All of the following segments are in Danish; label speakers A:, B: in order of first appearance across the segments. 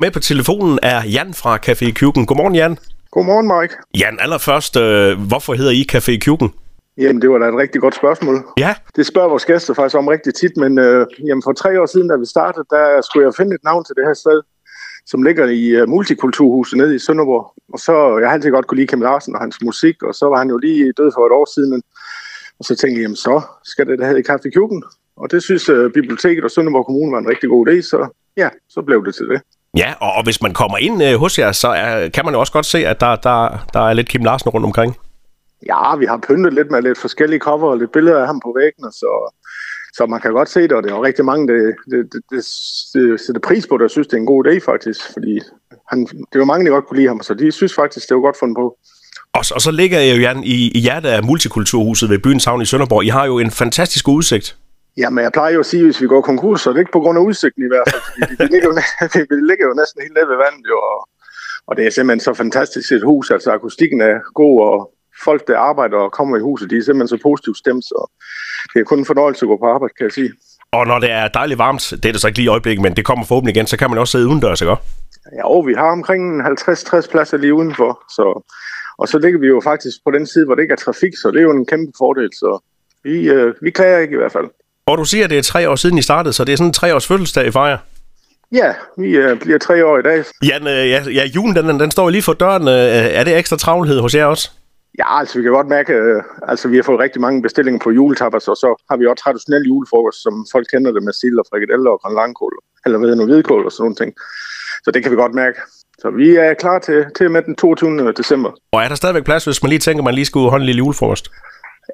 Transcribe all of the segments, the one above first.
A: Med på telefonen er Jan fra Café Kjuken. Godmorgen, Jan.
B: Godmorgen, Mike.
A: Jan, allerførst, øh, hvorfor hedder I Café Kjuken?
B: Jamen, det var da et rigtig godt spørgsmål.
A: Ja,
B: Det spørger vores gæster faktisk om rigtig tit, men øh, jamen, for tre år siden, da vi startede, der skulle jeg finde et navn til det her sted, som ligger i øh, Multikulturhuset nede i Sønderborg. Og så, jeg har altid godt kunne lide Kim Larsen og hans musik, og så var han jo lige død for et år siden. Men, og så tænkte jeg, jamen så skal det da hedde Kaffe Kjuken. Og det synes øh, biblioteket og Sønderborg Kommune var en rigtig god idé, så ja, så blev det til det.
A: ja og, og hvis man kommer ind øh, hos jer, så er, kan man jo også godt se, at der, der, der er lidt Kim Larsen rundt omkring.
B: Ja, vi har pyntet lidt med lidt forskellige cover og lidt billeder af ham på væggene, så, så man kan godt se det, og det er jo rigtig mange, der det, det, det, det sætter pris på det, og synes, det er en god idé faktisk, fordi han, det var mange, der godt kunne lide ham, så de synes faktisk, det var godt fundet på.
A: Og, så- og så ligger jeg jo, Jan, i, i hjertet af Multikulturhuset ved Byens Havn i Sønderborg. I har jo en fantastisk udsigt.
B: Jamen, jeg plejer jo at sige, hvis vi går konkurs, så er det ikke på grund af udsigten i hvert fald, fordi vi ligger jo, næ- vi ligger jo næsten helt nede ved vandet, jo, og, og det er simpelthen så fantastisk et hus, altså akustikken er god, og folk, der arbejder og kommer i huset, de er simpelthen så positivt stemt, så det er kun en fornøjelse at gå på arbejde, kan jeg sige.
A: Og når det er dejligt varmt, det er det så ikke lige i øjeblikket, men det kommer forhåbentlig igen, så kan man også sidde udendørs, ikke? også?
B: Ja, og vi har omkring 50-60 pladser lige udenfor, så, og så ligger vi jo faktisk på den side, hvor det ikke er trafik, så det er jo en kæmpe fordel, så vi, øh, vi klager ikke i hvert fald.
A: Og du siger, at det er tre år siden, I startede, så det er sådan en tre års fødselsdag, I fejrer.
B: Ja, vi øh, bliver tre år i dag.
A: Jan, øh, ja, ja, julen, den, den står jo lige for døren. Øh, er det ekstra travlhed hos jer også?
B: Ja, altså vi kan godt mærke, øh, altså vi har fået rigtig mange bestillinger på juletapas, og så har vi også traditionel julefrokost, som folk kender det med sild og frikadeller og grønlangkål, eller hvad hedder nu, hvidkål og sådan nogle ting. Så det kan vi godt mærke. Så vi er klar til, til og med den 22. december.
A: Og er der stadigvæk plads, hvis man lige tænker, at man lige skulle holde en lille julefrokost?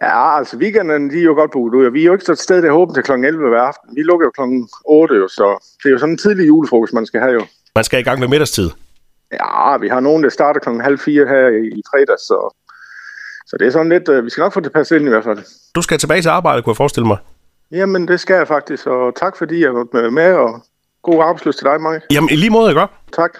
B: Ja, altså weekenderne, de er jo godt booket ud, og vi er jo ikke så et sted, der er åbent til kl. 11 hver aften. Vi lukker jo kl. 8, jo, så det er jo sådan en tidlig julefrokost, man skal have jo.
A: Man skal i gang med middagstid.
B: Ja, vi har nogen, der starter kl. halv fire her i, i fredag, så, så det er sådan lidt, øh, vi skal nok få det passet ind i hvert fald.
A: Du skal tilbage til arbejde, kunne jeg forestille mig.
B: Jamen, det skal jeg faktisk, og tak fordi jeg var med, og god arbejdsløst til dig, Mike.
A: Jamen, i lige måde, ikke? også?
B: Tak.